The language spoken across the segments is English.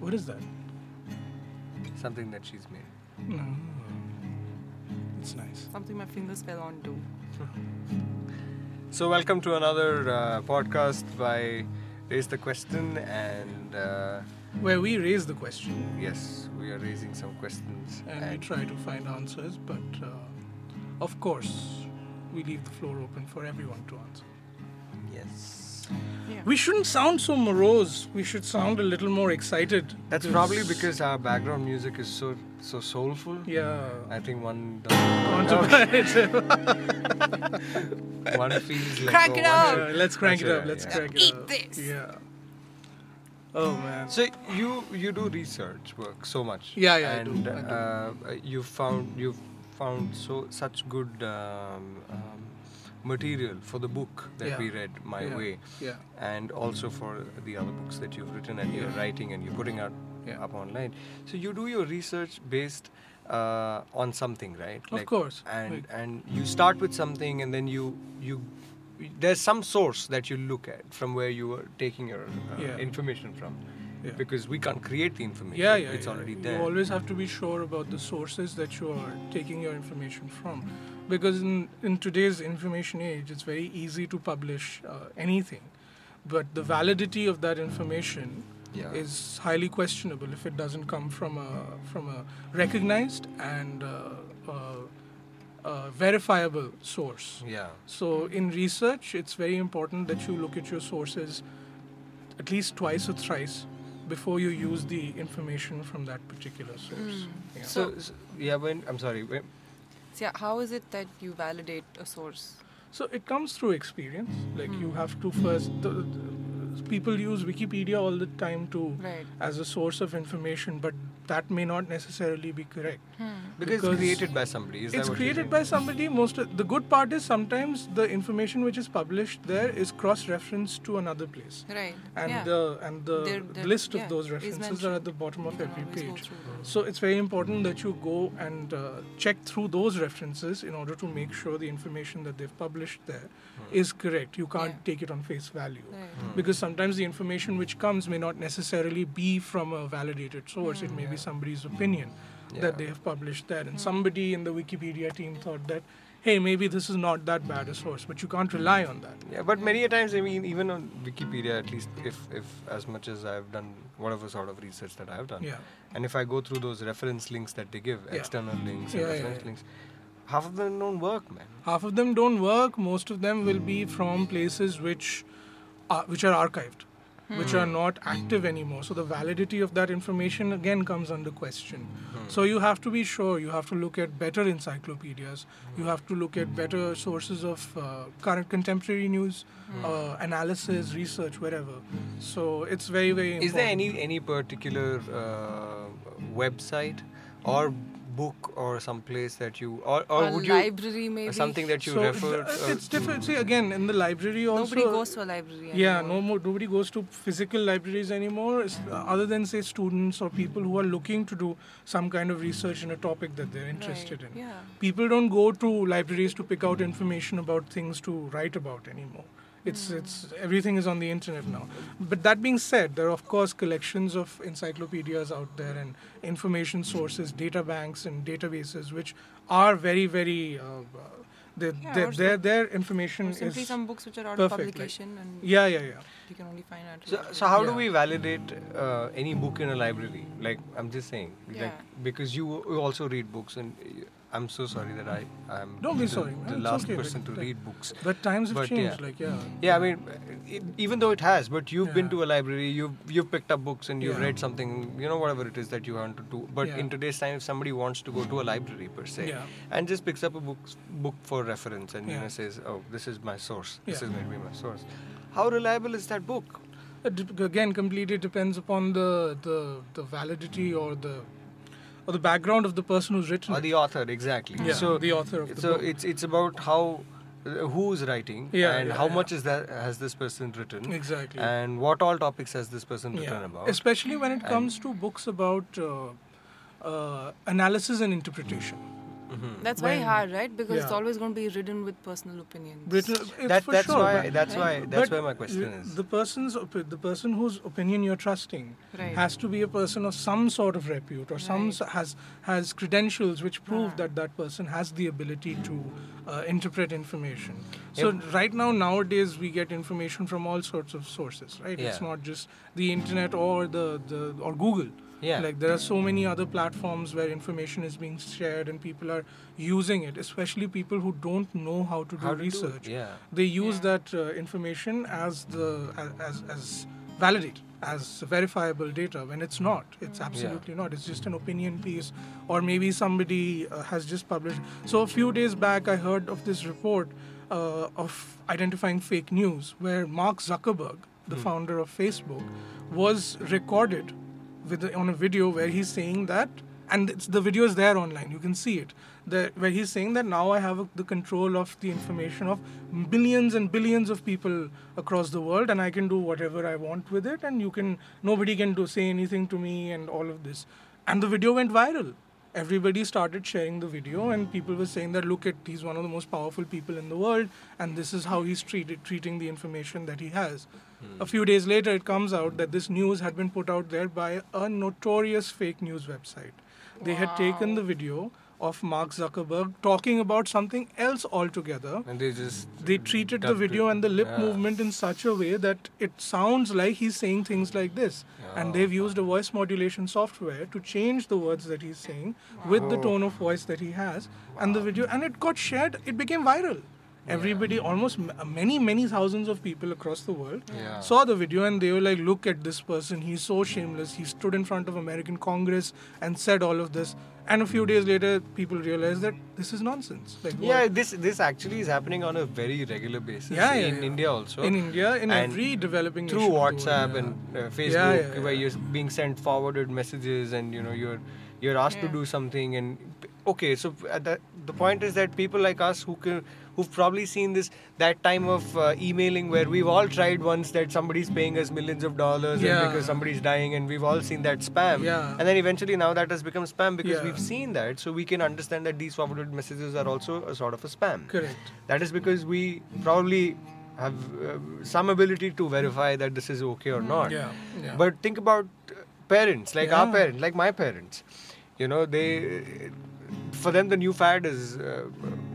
What is that? Something that she's made. It's nice. Something my fingers fell onto. So, welcome to another uh, podcast by Raise the Question. And uh, Where we raise the question yes, we are raising some questions. and we try to find answers, but uh, of course, we leave the floor open for everyone to answer. yes. Yeah. We shouldn't sound so morose. We should sound a little more excited. That's probably because our background music is so so soulful. Yeah. I think one does- Contemplative. one feels like Crank oh, it one up. Yeah, let's crank it Actually, up. Let's yeah. crank it Eat up. this. Yeah. Oh man. So you you do research work so much. Yeah, yeah, I do, and, I do. Uh, you found you found so such good um, um, material for the book that Yeah. we read, My Yeah. Way, Yeah. and also for the other books that you've written and you're Yeah. writing and you're putting out Yeah. up online. So you do your research based uh, on something, right? Of course. And Like- and you start with something and then you you. There's some source that you look at from where you are taking your uh, Yeah. information from Yeah. because we can't create the information. Yeah, yeah, it's yeah. already You there. always have to be sure about the sources that you are taking your information from, because in in today's information age, it's very easy to publish uh, anything, but the validity of that information Hmm. Yeah. is highly questionable if it doesn't come from a from a recognized and uh, uh, uh, verifiable source. yeah, So in research, it's very important that you look at your sources at least twice or thrice before you use the information from that particular source. Yeah. So, so yeah, when I'm sorry, when, So, yeah, how is it that you validate a source? So it comes through experience. Like you Hmm. have to first. The, the- people use Wikipedia all the time to Right. as a source of information, but that may not necessarily be correct. Hmm. because, it's Because created by somebody. Is that it's what you created mean? by somebody. Most of, the good part is sometimes the information which is published there is cross-referenced to another place. Right. and yeah. the and the They're- they're- list of yeah, those is references are mentioned. at the bottom of You can every always go page through those. so it's very important that you go and uh, check through those references in order to make sure the information that they've published there is correct you can't Yeah. take it on face value Right. Hmm. because sometimes the information which comes may not necessarily be from a validated source Hmm. it may be somebody's opinion that Hmm. Yeah. they have published there and somebody in the wikipedia team thought that hey maybe this is not that bad a source but you can't rely on that Yeah, but many a times, I mean, even on Wikipedia, at least if if as much as I've done whatever sort of research that I've done, yeah and if I go through those reference links that they give, Yeah. external links Yeah, and yeah, reference yeah. links, half of them don't work, man. half of them don't work most of them will be from places which are, which are archived which are not active anymore so the validity of that information again comes under question so you have to be sure you have to look at better encyclopedias you have to look at better sources of uh, current contemporary news uh, analysis research wherever so it's very very important. Is there any any particular uh, website or book or some place that you or, or a would you library maybe. something that you so refer? it's, uh, it's different see again in the library also Nobody goes to a library. Yeah, anymore. no more. Nobody goes to physical libraries anymore, s- uh, other than say students or people who are looking to do some kind of research in a topic that they're interested Right, in. yeah. People don't go to libraries to pick out information about things to write about anymore. It's Hmm. it's everything is on the internet now. But that being said, there are of course collections of encyclopedias out there and information sources, data banks and databases, which are very very. Uh, uh, they Yeah, their, or their, some- their information Or simply is some books which are out perfect, of like- publication and yeah yeah yeah you can only find out. So, so how do Yeah. we validate uh, any book in a library? Like I'm just saying, like Yeah. because you, you also read books, and uh, I'm so sorry that I I'm Don't be the, sorry, man. the It's last okay, person but to that- read books. But times have But, changed. yeah. Like yeah, Yeah, I mean, it, even though it has, but you've been Yeah. to a library, you've you've picked up books, and you've Yeah. read something, you know, whatever it is that you want to do. But Yeah. in today's time, if somebody wants to go to a library per se, Yeah. and just picks up a book book for reference, and you Yeah. know says, oh, this is my source. This Yeah. is going to be my source. How reliable is that book? It dep- again completely depends upon the the the validity Hmm. or the or the background of the person who's written. Or it. the author, exactly. yeah, So the author of the so book. it's it's about how uh, who's writing Yeah, and yeah, how yeah. much is that has this person written Exactly. and what all topics has this person Yeah. written about Especially when it comes to books about uh, uh, analysis and interpretation. That's very When- hard, right? Because it's Yeah. always going to be ridden with personal opinions. Britain, it's That, for that's sure, why. but- That's why. That's but where my question y- is. The person's opi- the person whose opinion you're trusting Right. has to be a person of some sort of repute or some Right. s- has has credentials which prove Ah. that that person has the ability to uh, interpret information. So right now nowadays we get information from all sorts of sources, right? It's Yeah. not just the internet or the, the or Google. Yeah. Like there are so many other platforms where information is being shared and people are using it, especially people who don't know how to do How to do it, research yeah. they use that uh, information as the a- as as validate as verifiable data when it's not it's absolutely not it's just an opinion piece or maybe somebody uh, has just published so a few days back i heard of this report uh, of identifying fake news where mark zuckerberg the founder of facebook was recorded with on a video where he's saying that and it's, the video is there online you can see it that where he's saying that now i have the control of the information of billions and billions of people across the world and i can do whatever i want with it and you can nobody can do say anything to me and all of this and the video went viral everybody started sharing the video and people were saying that look at he's one of the most powerful people in the world and this is how he's treated treating the information that he has a few days later it comes out that this news had been put out there by a notorious fake news website they had taken the video of mark zuckerberg talking about something else altogether and they just they treated the dubbed video it. and the lip Yeah. movement in such a way that it sounds like he's saying things like this and they've used a voice modulation software to change the words that he's saying with the tone of voice that he has and the video and it got shared it became viral everybody almost m- many many thousands of people across the world Yeah. saw the video and they were like look at this person he's so shameless he stood in front of american congress and said all of this and a few days later people realized that this is nonsense like what- Yeah, this this actually is happening on a very regular basis. Yeah, yeah, in yeah. India also. in India, in And every developing through nation in the world, WhatsApp yeah. and uh, Facebook, yeah, yeah. where you're being sent forwarded messages, and you know you're you're asked to Yeah. do something. And okay, so at that, the point is that people like us who can who've probably seen this that time of uh, emailing where we've all tried once that somebody's paying us millions of dollars Yeah. and because somebody's dying and we've all seen that spam Yeah. and then eventually now that has become spam because Yeah. we've seen that so we can understand that these forwarded messages are also a sort of a spam correct. that is because we probably have uh, some ability to verify that this is okay or not. Hmm. Yeah, yeah. But think about uh, parents, like our Yeah. parents, like my parents. You know, they for them the new fad is uh,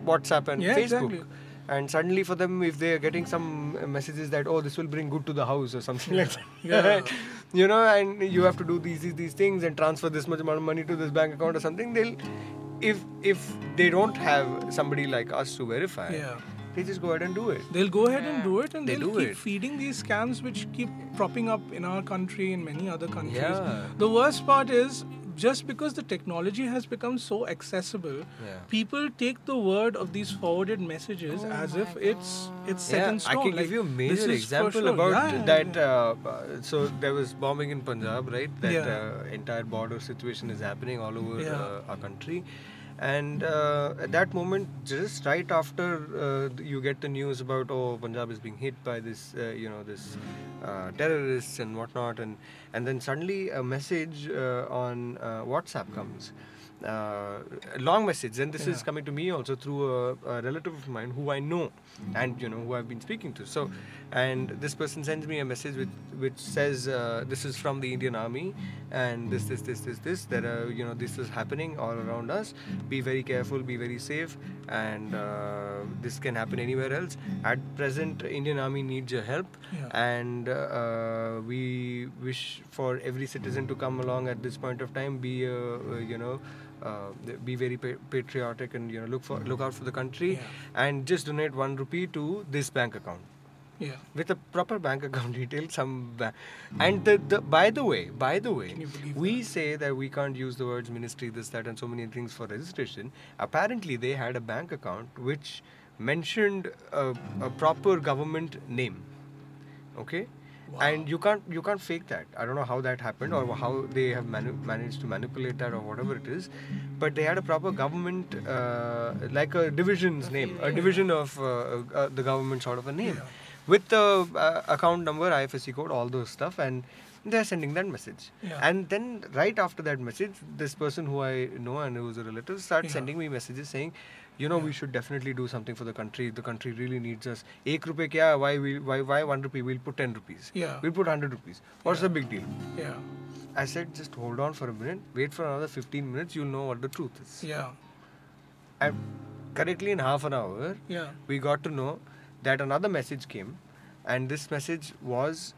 WhatsApp and Yeah, Facebook. exactly. And suddenly, for them, if they are getting some messages that oh, this will bring good to the house or something like that, Yeah. you know, and you have to do these, these these things and transfer this much amount of money to this bank account or something, they'll if if they don't have somebody like us to verify, Yeah. they just go ahead and do it. They'll go ahead and do it, and They they will do keep it. feeding these scams, which keep propping up in our country and many other countries. Yeah. The worst part is just because the technology has become so accessible, Yeah. people take the word of these forwarded messages as if it's it's set in I stone. can Like, give you a this major is for example sure. about Yeah, yeah, that. yeah. Uh, uh, so there was bombing in Punjab, right? That Yeah. uh, entire border situation is happening all over Yeah. uh, our country. And uh, at that moment, just right after uh, you get the news about oh Punjab is being hit by this, uh, you know, this uh, terrorists and whatnot, and and then suddenly a message uh, on uh, WhatsApp comes. Uh, a long message, and this is Yeah. coming to me also through a, a relative of mine who I know, and you know who I've been speaking to. So, and this person sends me a message which which says uh, this is from the Indian Army, and this this this this this that uh, you know this is happening all around us. Be very careful, be very safe, and uh, this can happen anywhere else. At present, Indian Army needs your help, Yeah. and uh, we wish for every citizen to come along at this point of time. Be uh, uh, you know uh, be very pa- patriotic and you know look for look out for the country Yeah. and just donate one rupee to this bank account Yeah. with a proper bank account detail some ba- and the, the by the way by the way Can you believe we say that we can't use the words ministry this that and so many things for registration apparently they had a bank account which mentioned a, a proper government name okay and you can't you can't fake that i don't know how that happened or how they have manu- managed to manipulate that or whatever it is but they had a proper government uh, like a division's name a division of uh, uh, the government sort of a name with the uh, account number ifsc code all those stuff and they're sending that message Yeah. and then right after that message this person who i know and who's a relative starts Yeah. sending me messages saying you know we should definitely do something for the country the country really needs us ek rupee kya why we why why 1 rupee we'll put 10 rupees Yeah. we'll put 100 rupees what's the big deal Yeah. i said just hold on for a minute wait for another 15 minutes you'll know what the truth is Yeah. and correctly in half an hour Yeah. we got to know that another message came and this message was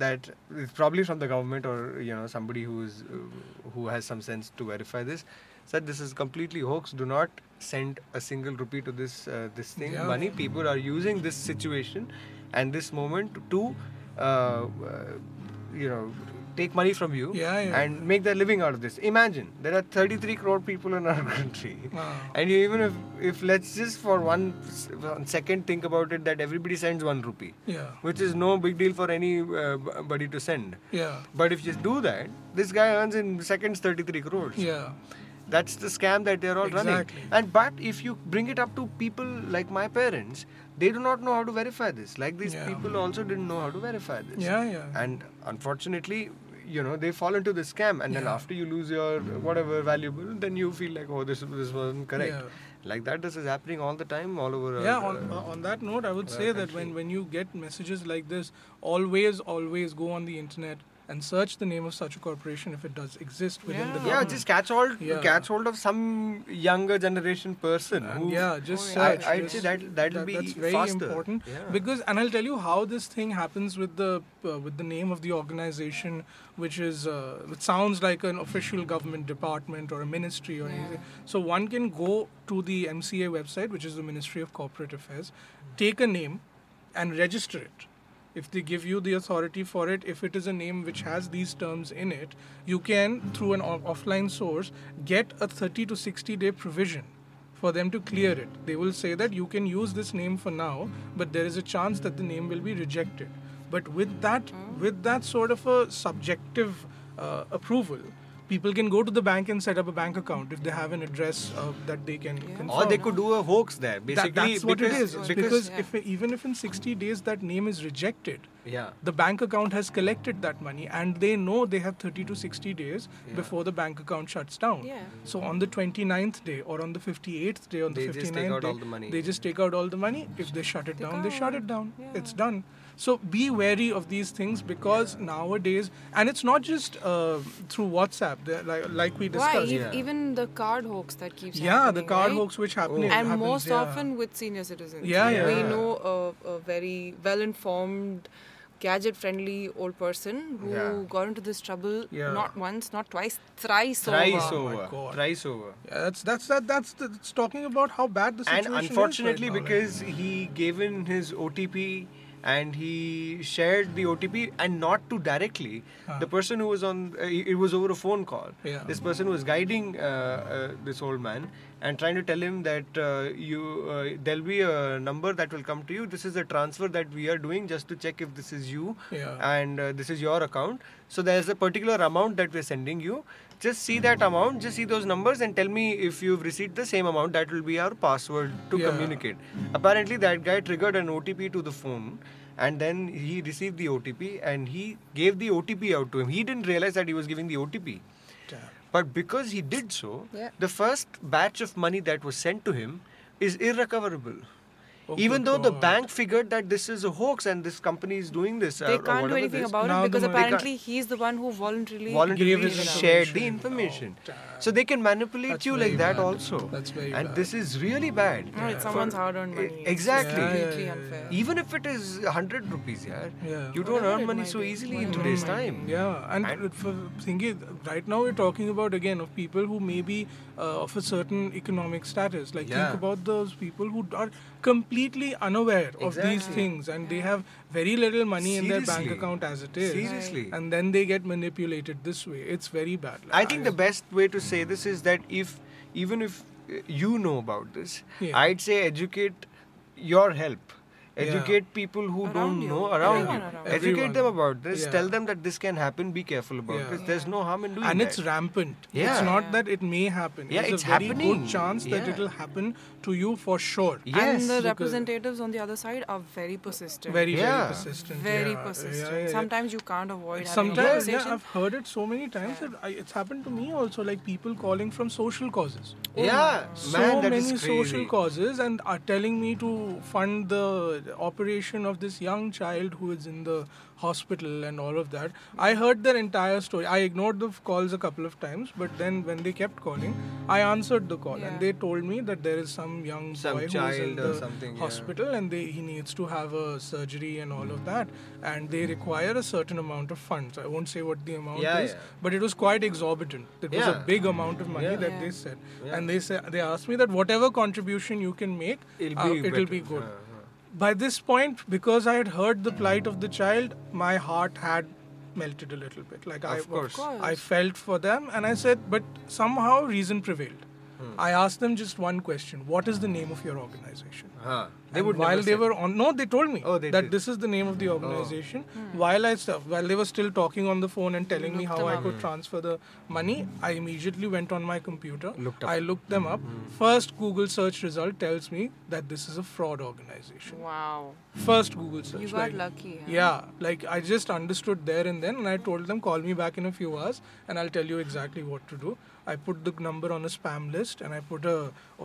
that it's probably from the government or you know somebody who is uh, who has some sense to verify this said this is completely hoax do not send a single rupee to this uh, this thing Yeah. money people are using this situation and this moment to uh, uh, you know take money from you Yeah, yeah. and make their living out of this imagine there are 33 crore people in our country Wow. and you even if, if let's just for one, s- one second think about it that everybody sends one rupee, Yeah. which is no big deal for anybody to send. Yeah. But if you do that, this guy earns in seconds 33 crores. Yeah. That's the scam that they're all Exactly. running. And but if you bring it up to people like my parents, they do not know how to verify this. Like these Yeah. people also didn't know how to verify this. Yeah, yeah. And unfortunately, you know, they fall into the scam, and then Yeah. after you lose your whatever valuable, then you feel like, oh, this this wasn't correct. Yeah. Like that, this is happening all the time, all over. our, yeah on, uh, uh, on that note i would say that when, when you get messages like this always always go on the internet and search the name of such a corporation if it does exist within the Yeah. yeah, government just catch hold, Yeah. catch hold of some younger generation person And who yeah just Oh, yeah. search I- I'd just- say that- that'll be that's very faster. important Yeah. because and i'll tell you how this thing happens with the uh, with the name of the organization which is uh, which sounds like an official government department or a ministry or Yeah. anything so one can go to the mca website which is the ministry of corporate affairs take a name and register it if they give you the authority for it if it is a name which has these terms in it you can through an o- offline source get a 30 to 60 day provision for them to clear it they will say that you can use this name for now but there is a chance that the name will be rejected but with that with that sort of a subjective uh, approval people can go to the bank and set up a bank account if they have an address uh, that they can confirm. or they could do a hoax there. Basically, That- that's what because, it is. It's Because, Because yeah. if even if in 60 days that name is rejected, yeah, the bank account has collected that money, and they know they have 30 to 60 days Yeah. before the bank account shuts down. Yeah. So on the 29th day, or on the 58th day, on They the just 59th take out day, all the money. they just take out all the money. If they shut it Take down, they shut out. it down. Yeah. It's done. So be wary of these things because nowadays, and it's not just uh, through WhatsApp, they're like, like we Why? discussed. E- Yeah. Even the card hoax that keeps Yeah, the happening, card right? hoax which happen- Oh. happens. and most yeah. often with senior citizens. Yeah, Like, We yeah. know a, a very well-informed, gadget-friendly old person who Yeah. got into this trouble Yeah. not once, not twice, thrice, thrice Oh my over, God. thrice over. Yeah, that's that's that that's the, it's talking about how bad the and situation is. unfortunately right now, because he gave in his otp and he shared the otp and not to directly the person who was on uh, it was over a phone call Yeah. this person was guiding uh, uh, this old man and trying to tell him that uh, you uh, there'll be a number that will come to you this is a transfer that we are doing just to check if this is you Yeah. and uh, this is your account so there's a particular amount that we're sending you just see that amount just see those numbers and tell me if you've received the same amount that will be our password to Yeah. communicate apparently that guy triggered an otp to the phone and then he received the otp and he gave the otp out to him he didn't realize that he was giving the otp Damn. but because he did so Yeah. the first batch of money that was sent to him is irrecoverable Oh, even good though the God. bank figured that this is a hoax and this company is doing this They can't do anything about Now it the because money- They can't. apparently he's the one who voluntarily voluntarily Gave his shared the information. information Oh, damn. so they can manipulate That's you very like that bad. also That's very and bad. this is really bad No, For- it's someone's hard-earned e- money. It's exactly Yeah, completely yeah, yeah, unfair. yeah. even if it is 100 rupees yeah, Yeah. you don't Whatever earn it money might so be. easily in Whatever today's it might time Yeah, and And- it- for thinking right now we're talking about again of people who may be uh, of a certain economic status. Like Yeah. think about those people who are completely unaware of these Exactly. things, and they have very little money in their bank Seriously. account as it is. Seriously. Right. and then they get manipulated this way. It's very bad. I think the best way to say this is that if even if uh, you know about this, Yeah. I'd say educate your help. educate people who don't Around you. know around Everyone you. around you. Educate them Everyone. about this. Yeah. Tell them that this can happen. Be careful about Yeah. this. There's no harm in doing and that. it's rampant. It's Yeah. not that it may happen. Yeah, it's, it's a very happening. good chance that Yeah. it'll happen to you for sure. Yes. and the because- representatives on the other side are very persistent. Very, Yeah. very persistent. very Yeah, yeah, persistent. yeah, yeah. Sometimes you can't avoid having a Sometimes, yeah, conversation. I've heard it so many times that I, it's happened to me also. Like people calling from social causes. yeah, so man, that is many crazy. social causes and are telling me to fund the operation of this young child who is in the hospital and all of that. I heard their entire story. I ignored the f- calls a couple of times, but then when they kept calling, I answered the call and Yeah. they told me that there is some young Some boy who is in child or the something, yeah. hospital and they, he needs to have a surgery and all of that, and they require a certain amount of funds. I won't say what the amount Yeah, is, yeah. but it was quite exorbitant. It was a Yeah. big amount of money Yeah. that Yeah. they said, Yeah. and they said they asked me that whatever contribution you can make, It'll uh, be it'll better. be good. Huh, huh. By this point, because I had heard the plight of the child, my heart had melted a little bit. Like I, Of course. course. I felt for them, and I said, but somehow reason prevailed. Hmm. I asked them just one question: What is the name of your organization? Huh. They And would while never they say. were on no they told me Oh, they that did. Mm-hmm. this is the name of the organization while i stuff while they were still talking on the phone and telling me Oh. Hmm. how Looked them i up. could Mm. transfer the money i immediately went on my computer Looked up. Mm-hmm. i looked them up first google search result tells me that this is a fraud organization Wow. first google search You got like- lucky. Huh? yeah like i just understood there and then and i told them call me back in a few hours and i'll tell you exactly what to do i put the number on a spam list and i put a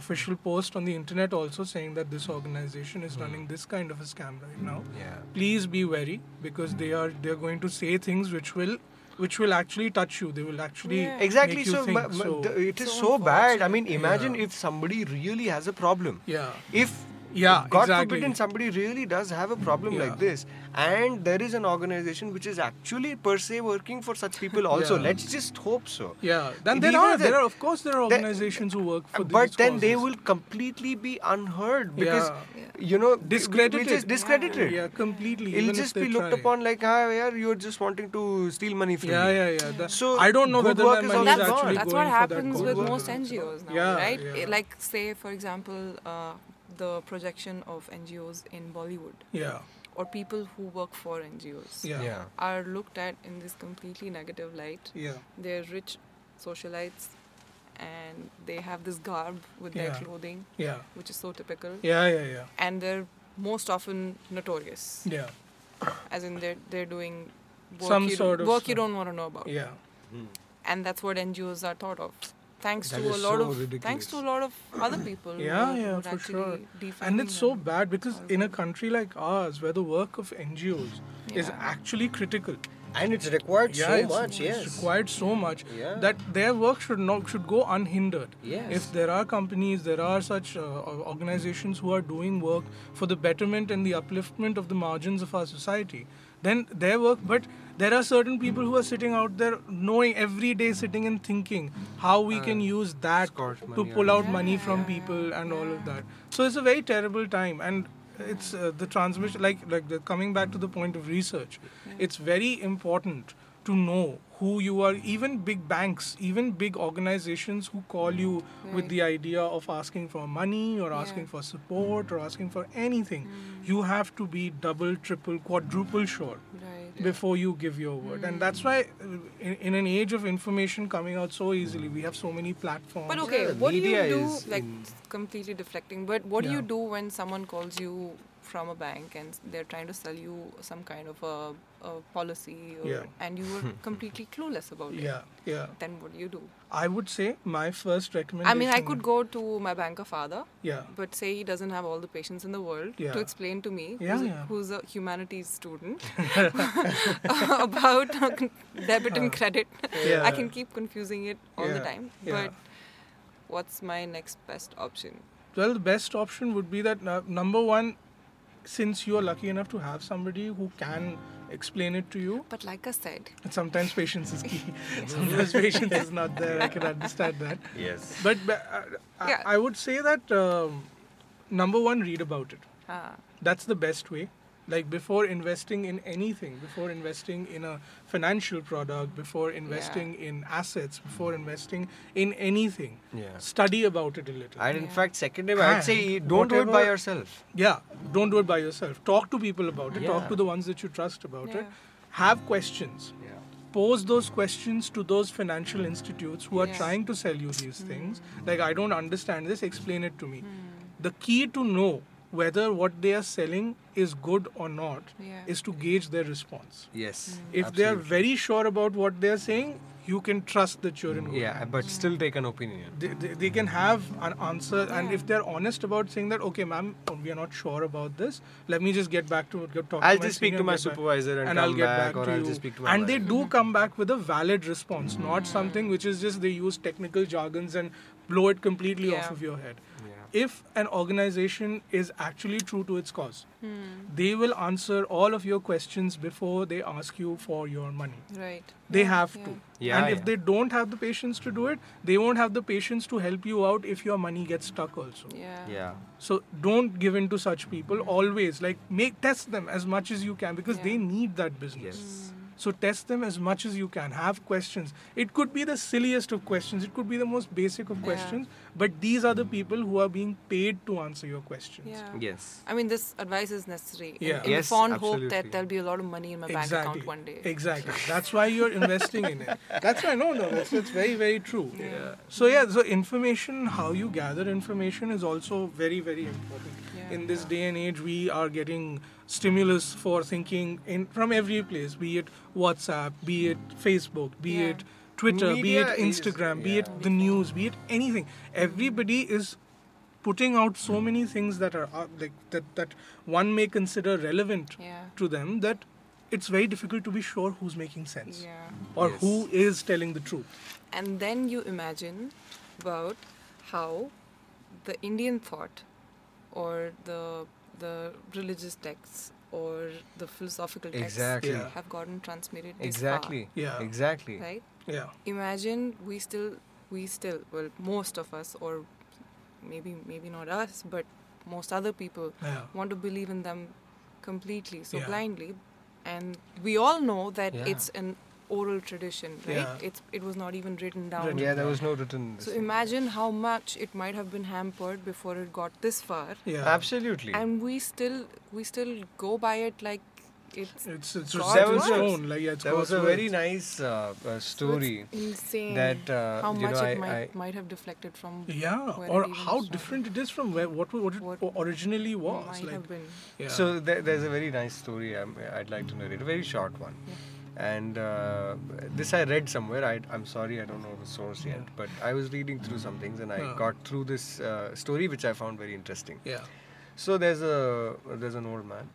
official post on the internet also saying that this organization is running this kind of a scam right now Hmm. Yeah. please be wary because they are they are going to say things which will which will actually touch you they will actually Yeah. Exactly. make you So, think. ma- ma- so th- it is so so bad. I mean, unfortunate. imagine Yeah. if somebody really has a problem. yeah If Yeah, God exactly. forbid, somebody really does have a problem Yeah. like this, and there is an organization which is actually per se working for such people also. Yeah. Let's just hope so. yeah then It there even are is there a- are of course there are There- organizations who work for but these then they causes. will completely be unheard because Yeah. you know discredited Just discredited. yeah completely It'll even if just they be looked try. upon like, ah, yeah, you're just wanting to steal money from Yeah, me. yeah, yeah. That- So I don't know good whether my work is money all is That's, gone. actually that's going what for that happens cause. with Good most work. NGOs now, Yeah, right? yeah. It- Like, say, for example, uh, the projection of NGOs in Bollywood Yeah, or people who work for NGOs yeah, yeah, yeah. are looked at in this completely negative light. They're rich socialites and they have this garb with their Yeah. clothing, yeah, which is so typical. yeah, yeah, yeah, And they're most often notorious. yeah, as in they're they're doing work Some you, sort of work you stuff. don't want to know about, yeah. and that's what NGOs are thought of. Thanks That to a is lot so of thanks ridiculous. to a lot of other people. Yeah, who yeah, would for actually sure. defund And it's so them. bad because in a country like ours, where the work of NGOs is Yeah. actually critical, And it's required yeah, it's, it's required so much Yeah. that their work should not should go unhindered. Yes. If there are companies, there are such uh, organizations who are doing work for the betterment and the upliftment of the margins of our society, then their work. But there are certain people who are sitting out there, knowing every day, sitting and thinking how we can use that Scorch to Uh, money or- pull out money from people and all of that. So it's a very terrible time and it's uh, the transmission like like the, coming back to the point of research it's very important to know who you are even big banks even big organizations who call you with the idea of asking for money or asking for support or asking for anything you have to be double triple quadruple sure Right. before you give your word and that's why uh, in, in an age of information coming out so easily we have so many platforms But okay, Yeah, what do you media do? is Like in- completely deflecting. But what do you Yeah. do when someone calls you from a bank and they're trying to sell you some kind of a, a policy, or, Yeah. and you were completely clueless about it? yeah yeah Then what do you do? I would say my first recommendation. I mean, I could go to my banker father. Yeah. But say he doesn't have all the patience in the world Yeah. to explain to me, Yeah, who's, a, yeah. who's a humanities student, about debit and credit. Uh, Yeah. I can keep confusing it all the Yeah, time. yeah. But what's my next best option? Well, the best option would be that uh, number one, since you are lucky enough to have somebody who can explain it to you, But like I said, and sometimes patience is key. sometimes patience is not there. I can understand that. Yes. But uh, I, Yeah. I would say that um, number one, read about it. ah, That's the best way. like before investing in anything before investing in a financial product before investing in assets before investing in anything Yeah. study about it a little And in Yeah. fact, second day, I'd say And don't do it by Ah, whatever- yourself. yeah don't do it by yourself talk to people about it talk Yeah. to the ones that you trust about it Yeah. have questions pose those questions to those financial institutes who are Yes. trying to sell you these things like i don't understand this explain it to me the key to know whether what they are selling is good or not Yeah. is to gauge their response Yes. if they are absolutely. very sure about what they are saying you can trust that you're in good Hmm. Yeah, hands. but still take an opinion. they, they, they can have an answer and Yeah. if they're honest about saying that okay ma'am we are not sure about this let me just get back to get talk I'll to my just speak senior, to my get back- supervisor and, and come I'll get back, or to I'll you. just speak to my and they manager. Mm-hmm. do come back with a valid response, not something which is just they use technical jargons and blow it completely off Yeah. of your head. Yeah. If an organization is actually true to its cause, Hmm. they will answer all of your questions before they ask you for your money. Right. They Yeah, have yeah. to. Yeah, and if yeah. they don't have the patience to do it, they won't have the patience to help you out if your money gets stuck also. Yeah. Yeah. So don't give in to such people always. Like make test them as much as you can because Yeah. they need that business. Yes. So test them as much as you can. Have questions. It could be the silliest of questions. It could be the most basic of Yeah. questions. But these are the people who are being paid to answer your questions. Yeah. Yes. I mean, this advice is necessary. Yeah. In, in Yes, the fond hope absolutely. that there'll be a lot of money in my bank Exactly. account one day. Exactly. That's why you're investing in it. That's why no, no. That's it's very, very true. So yeah. So information, how you gather information, is also very, very important. Yeah. In this day and age, we are getting stimulus for thinking in from every place. Be it WhatsApp, be it Facebook, be Yeah. it Twitter, Media be it is- Instagram, be it yeah. the news, be it anything. Everybody is putting out so many things that are uh, like that that one may consider relevant Yeah. to them that it's very difficult to be sure who's making sense Yeah. or Yes. who is telling the truth. And then you imagine about how the Indian thought or the the religious texts or the philosophical texts Exactly. Yeah. have gotten transmitted this Exactly. Yeah. Exactly. far, right? Yeah. Imagine we still we still well most of us or maybe maybe not us but most other people Yeah. want to believe in them completely so Yeah. blindly and we all know that Yeah. it's an oral tradition right Yeah. it's it was not even written down Written Yeah, there was no written. so imagine how much it might have been hampered before it got this far, Yeah. Absolutely. and we still we still go by it like it's It's it's God's it's words. stone, like yeah, it's there was God's a very words. nice uh, uh, story insane that uh, how you much know I, it might I might have deflected from yeah, where or it even how started. different it is from where what what it What originally was. might like, have been. yeah. So there, there's a very nice story um, I'd like to narrate, a very short one. And uh, this I read somewhere. I, I'm sorry, I don't know the source yet, but I was reading through some things and I Yeah. got through this uh, story, which I found very interesting. yeah, So there's a there's an old man,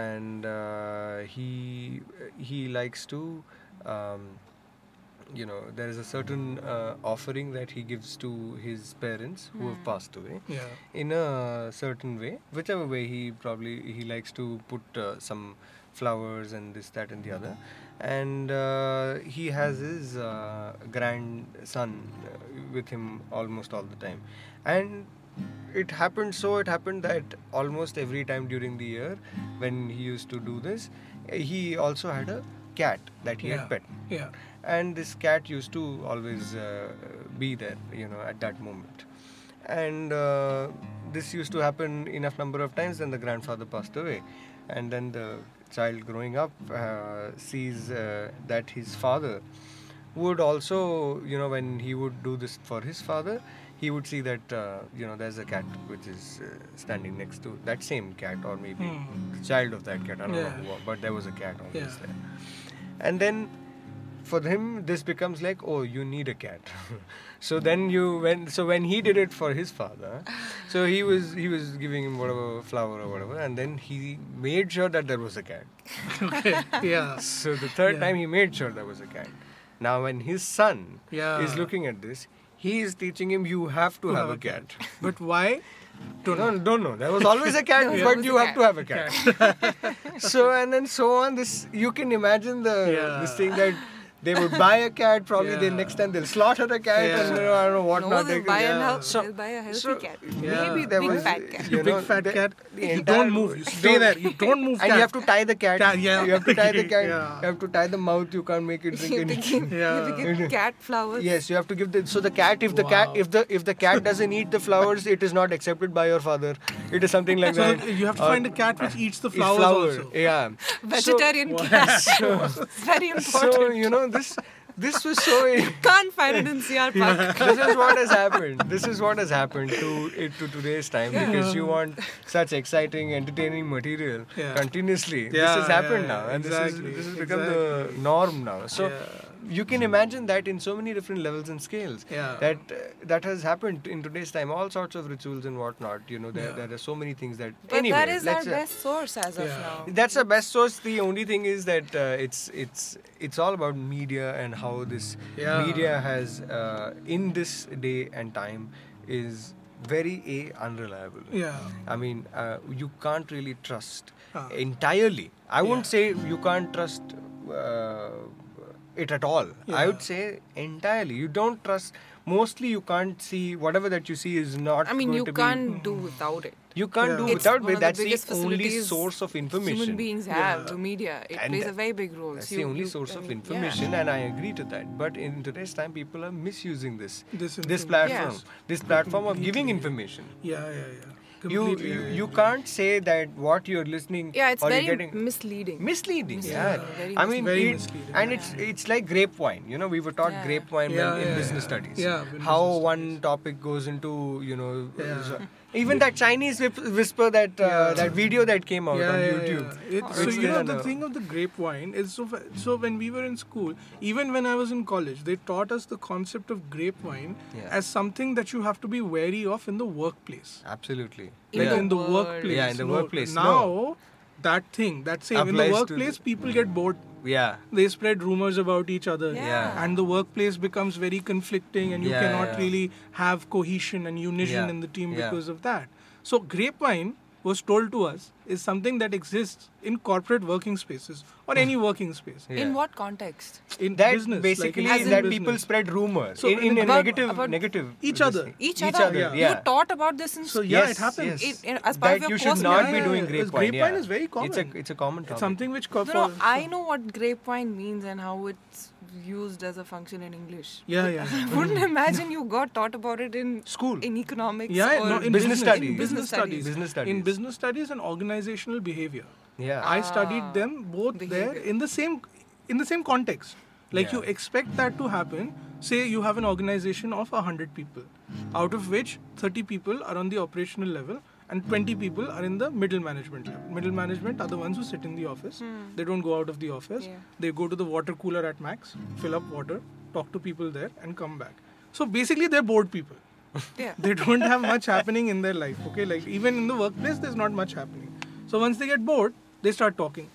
and uh, he he likes to, um, you know, there is a certain uh, offering that he gives to his parents who Hmm. have passed away yeah, in a certain way whichever way he probably he likes to put uh, some flowers and this that and the other and uh, he has his uh, grandson uh, with him almost all the time and it happened so it happened that almost every time during the year when he used to do this eh, he also had a cat that he yeah, had pet yeah, and this cat used to always uh, be there you know at that moment and uh, this used to happen enough number of times then the grandfather passed away and then the child growing up uh, sees uh, that his father would also you know when he would do this for his father he would see that uh, you know there's a cat which is uh, standing next to that same cat or maybe Hmm. the child of that cat i don't Yeah. know who, wa- but there was a cat always Yeah. there and then for him this becomes like oh you need a cat so then you when so when he did it for his father so he was he was giving him whatever flower or whatever and then he made sure that there was a cat okay, yeah, so the third Yeah. time he made sure there was a cat now when his son Yeah. is looking at this he is teaching him you have to have a cat but why? don't know. don't know. There was always a cat, There was but always you a have to have a cat. so and then so on. This you can imagine the Yeah. this thing that they would buy a cat. Probably Yeah. they next time they'll slaughter a cat Yeah. and you know, I don't know what no, not. they'll They- buy, yeah. a hel- So- they'll buy a healthy so cat. Yeah. maybe there Big was fat cat. You big fat the- cat. the You entire- don't move. You stay Don't- there. You don't move. And cat. you have to tie the cat. Cat, yeah. You have to tie the cat. Yeah. You have to tie the mouth. You can't make it drink You have to anything. give, Yeah. you have to give cat flowers. Yes, you have to give the so the cat if the cat Wow. if the if the cat doesn't eat the flowers, it is not accepted by your father. It is something like So that. you have to Or find a cat which eats the it's flowers flower. also. Yeah. Vegetarian cat. it's very So, important. so you know this this was so Can't find it in CR Park. this is what has happened. This is what has happened to it to today's time because you want such exciting, entertaining material Yeah. continuously. Yeah, this has happened yeah, now, and exactly, this is this has become the norm now. So. Yeah. You can imagine that in so many different levels and scales. Yeah. That uh, that has happened in today's time. All sorts of rituals and whatnot. You know, there, Yeah. there are so many things that. But anyway, that is our let's, uh, best source as of Yeah. now. that's the best source. The only thing is that uh, it's it's it's all about media and how this Yeah. media has uh, in this day and time is very a unreliable. Yeah. I mean, uh, you can't really trust Ah. entirely. I won't Yeah. say you can't trust uh, it at all. I Yeah. would say entirely. You don't trust. Mostly, you can't see whatever that you see is not. I mean, going you to be- can't do without it. you can't Yeah. do It's without one it. of the That's biggest the only facilities source of information. Human beings have Yeah. the media. It And plays a very big role. That's So the you- only you source can- of yeah. information, and I agree to that. But in today's time, people are misusing this This this informa- platform, Yes. this platform of giving information. Yeah, yeah, yeah. You, Completely. you you can't say that what you're listening Yeah, it's or very you're getting misleading. misleading. Yeah, Misleading, very I mean, misleading. Very it- misleading, and it's it's like grape wine. You know, we were taught Yeah. grape wine when- Yeah, in yeah, business yeah. studies. Yeah, in how business one topic goes into you know. Yeah. so- even that Chinese whip- whisper that uh, Yeah. that video that came out on YouTube. yeah. It, so It's you know there the now. thing of the grape wine is so. fa- So when we were in school, even when I was in college, they taught us the concept of grape wine Yeah. as something that you have to be wary of in the workplace, Absolutely. In like the in the world. workplace. Yeah, in the workplace, Now no. that thing, that same in the Applies to the- workplace, people get bored. Yeah. They spread rumors about each other, Yeah. Yeah. and the workplace becomes very conflicting, and you Yeah, cannot yeah. really have cohesion and unison Yeah, in the team yeah. because of that. So, grapevine was told to us is something that exists in corporate working spaces or any working space Yeah. In what context? in that business. like basically in is any that business. people spread rumors So in, in a about- negative about negative each this other. thing. Each, each other. other, You yeah. taught about this in So school. yeah, it happens. yes. It- as part of that your you should course not material. be doing Yeah, grape yeah, yeah. wine. Grape wine yeah. is very It's a common. it's a common topic. It's something which co- No, no, for- I know what grapevine means and how it's used as a function in English. Yeah, yeah. I wouldn't imagine you got taught about it in School. in economics yeah, or no, in business studies. in business Business studies, studies. Business in studies. business studies and organizational behavior. yeah. I studied them both there Ah. behavior. in the same in the same context. Like Yeah. you expect that to happen. Say you have an organization of hundred people, out of which thirty people are on the operational level and twenty people are in the middle management level. Middle management are the ones who sit in the office. They don't go out of the office. Hmm. Yeah. They go to the water cooler at max, fill up water, talk to people there, and come back. So basically, they're bored people Yeah. they don't have much happening in their life okay like even in the workplace there's not much happening so once they get bored they start talking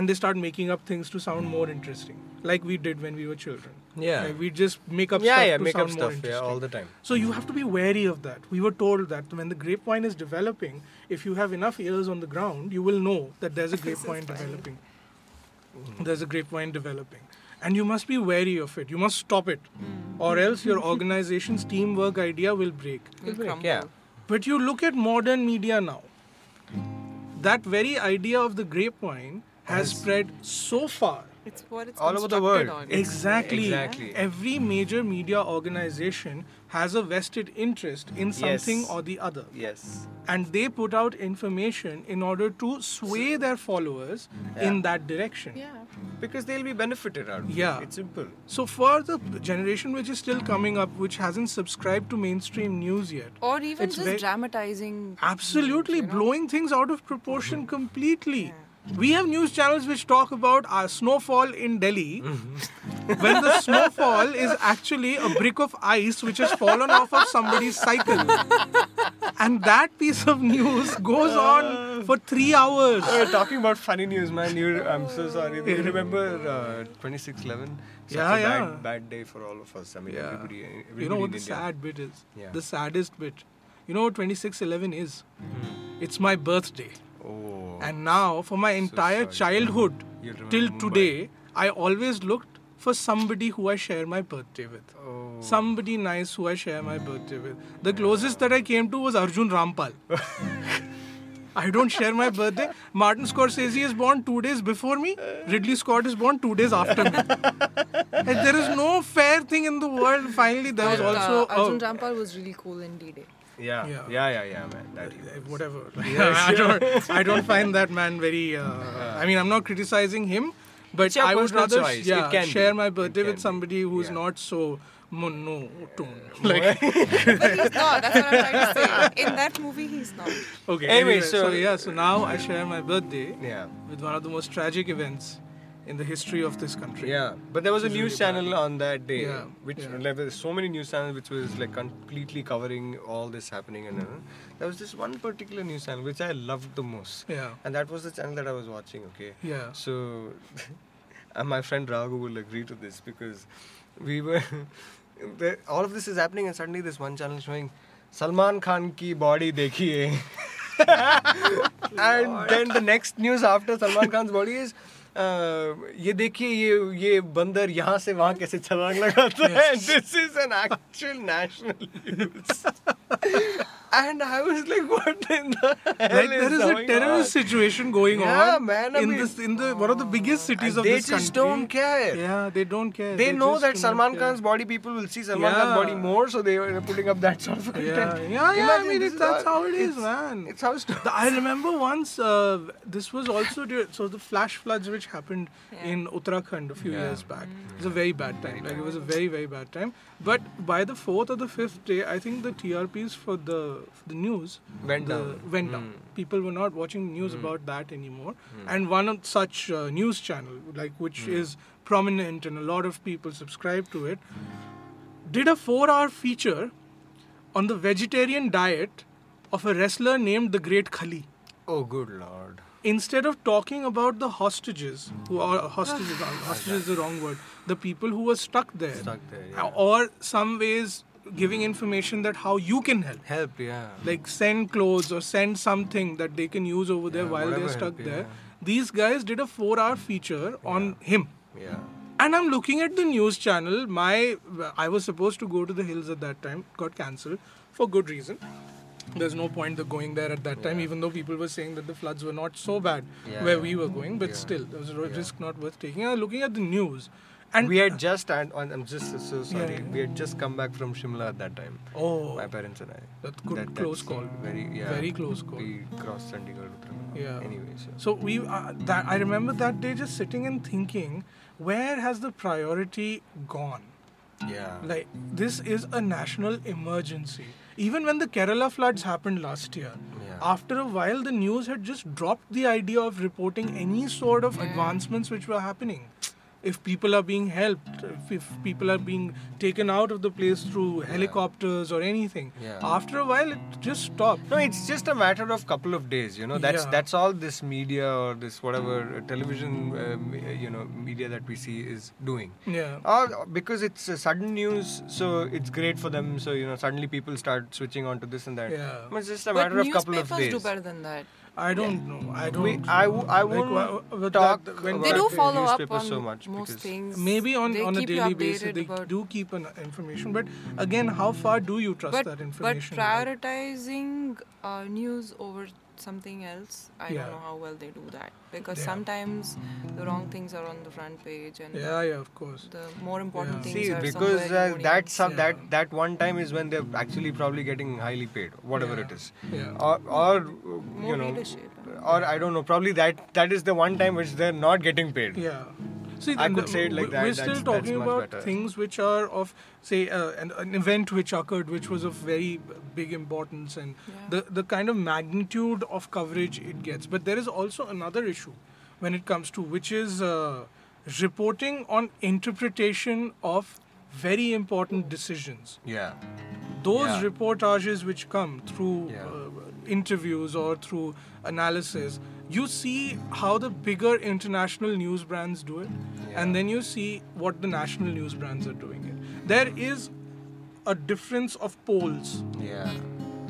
and they start making up things to sound more interesting like we did when we were children Yeah. Like, we just make up yeah, stuff yeah, to make sound up more stuff yeah, interesting all the time. so you have to be wary of that we were told that when the grapevine is developing if you have enough ears on the ground you will know that there's a grapevine developing Mm-hmm. there's a grapevine developing and you must be wary of it you must stop it or else your organization's teamwork idea will break Will crumble. Yeah. but you look at modern media now that very idea of the grapevine has spread so far It's what it's All over the constructed world. on. Exactly. Exactly. Every major media organization has a vested interest in something or the other. Yes. And they put out information in order to sway their followers in that direction. Yeah. Because they'll be benefited out. of it. Yeah. It's simple. So, for the generation which is still coming up, which hasn't subscribed to mainstream news yet, Oh. Or even It's just very- dramatizing. absolutely you know? blowing things out of proportion completely. We have news channels which talk about our snowfall in Delhi, when the snowfall is actually a brick of ice which has fallen off of somebody's cycle. And that piece of news goes on for three hours. Uh, talking about funny news, man. You, I'm so sorry. You remember uh, 26/11? Such Yeah, a yeah. Bad, bad day for all of us. I mean, everybody, everybody. you know in what the India. sad bit is? Yeah. The saddest bit. You know what 2611 is? It's my birthday. Oh. And now, for my entire sorry. childhood You'll remember till Mumbai. today, I always looked for somebody who I share my birthday with. Oh. Mm. Somebody nice who I share my birthday with. The closest that I came to was Arjun Rampal. I don't share my birthday. Martin Scorsese is born two days before me. Ridley Scott is born two days after me. And there is no fair thing in the world. Finally, there was And, also. oh. uh, Arjun a- Rampal was really cool in D-Day. Yeah. Yeah. Yeah. Yeah. Yeah. man. That he Uh, was. whatever. I don't. I don't find that man very. Uh, I mean, I'm not criticizing him, but It's your I would personal rather choice. It yeah, can be. share my It birthday can with be. somebody who's Yeah. not so monotone. Like But he's not. That's what I'm trying to say. In that movie, he's not. okay. Anyway, Anyway, so, so- yeah. So now I share my birthday Yeah. with one of the most tragic events in the history of this country. Yeah, but there was a Which is news really bad. channel on that day, Yeah, which yeah. like there were so many news channels which was like completely covering all this happening, and uh, there was this one particular news channel which I loved the most, Yeah. and that was the channel that I was watching. Okay, Yeah. so, and my friend Raghu will agree to this because we were there, all of this is happening, and suddenly this one channel is showing Salman Khan ki body dekhiye. and then the next news after Salman Khan's body is uh, ये देखिए ये ये बंदर यहाँ से वहाँ कैसे छलांग लगाता है this is an actual national and I was like what in the hell Like there is is a going on? terrorist situation going Yeah, on man, I in mean- this in the one of the biggest cities And of they this country. just don't care. Yeah, they don't care. they, know just that do not Salman care. Khan's body people will see Salman Yeah. Khan's body more, so they were putting up that sort of content. Yeah, yeah, yeah. I Imagine mean, this it, that's how it is, it's- man. It's how stories. The- I remember once uh, this was also dur so the flash floods which happened in Uttarakhand a few Yeah. Mm. years back. It was a very bad time. Like it was a very very bad time. But by the fourth or the fifth day, I think the TRPs for the the news Went the- down. Hmm. Went down. People were not watching news about that anymore. And one of such uh, news channel, like which Hmm. is prominent and a lot of people subscribe to it, did a four-hour feature on the vegetarian diet of a wrestler named the Great Khali. Oh, good lord. Instead of talking about the hostages, who are hostages, uh, hostages is the wrong word, the people who were stuck there, Stuck there, yeah. or some ways giving information that how you can help, Help, yeah. like send clothes or send something that they can use over there Yeah, while they're whatever stuck help, yeah. there. These guys did a four-hour feature on him. Yeah. And I'm looking at the news channel. My I was supposed to go to the hills at that time, got cancelled for good reason. There's no point the going there at that time, even though people were saying that the floods were not so bad Yeah, where yeah. we were going, but Yeah. still there was a Yeah. risk not worth taking. I'm looking at the news, and we had just, and on, I'm just so sorry, yeah. we had just come back from Shimla at that time. oh, My parents and I. that good That- close that's call, Very, yeah. very close call. We crossed Chandigarh. Uttarakhand. Yeah. Anyway, so. So we uh, that I remember that day just sitting and thinking, where has the priority gone? Yeah. Like, this is a national emergency. Even when the Kerala floods happened last year, Yeah. after a while, the news had just dropped the idea of reporting any sort of advancements which were happening. If people are being helped, if, if people are being taken out of the place through helicopters or anything, Yeah. after a while, it just stopped. No, it's just a matter of couple of days. You know, that's Yeah. that's all this media or this whatever uh, television, um, uh, you know, media that we see is doing. Yeah. Or because it's uh, sudden news, so it's great for them. So you know, suddenly people start switching on to this and that. Yeah. But it's just a but matter of couple of newspapers days. do better than that. I don't know. I don't. We, I, w- I Like, won't wha- with talk that- when about They do Correct. follow up on newspapers so much most because things. maybe on, They on a keep you daily updated basis they about- do keep an information but again how far do you trust but, that but information prioritizing uh, news over something else, I Yeah. don't know how well they do that because Yeah. sometimes the wrong things are on the front page and yeah yeah of course the more important Yeah. things See, are because somewhere uh, in the that audience. sub, Yeah. that that one time is when they're actually probably getting highly paid, whatever Yeah. it is, Yeah. or or uh, you More know, leadership. or I don't know, probably that that is the one time which they're not getting paid. yeah see I then could the- say it like we- that, we're that's- still talking that's much about better. things which are of say uh, an, an event which occurred which was of very big importance and the the kind of magnitude of coverage it gets but there is also another issue when it comes to which is uh, reporting on interpretation of very important decisions Yeah. those Yeah. reportages which come through Yeah. uh, interviews or through analysis you see how the bigger international news brands do it and Yeah. then you see what the national news brands are doing it there is a difference of poles Yeah.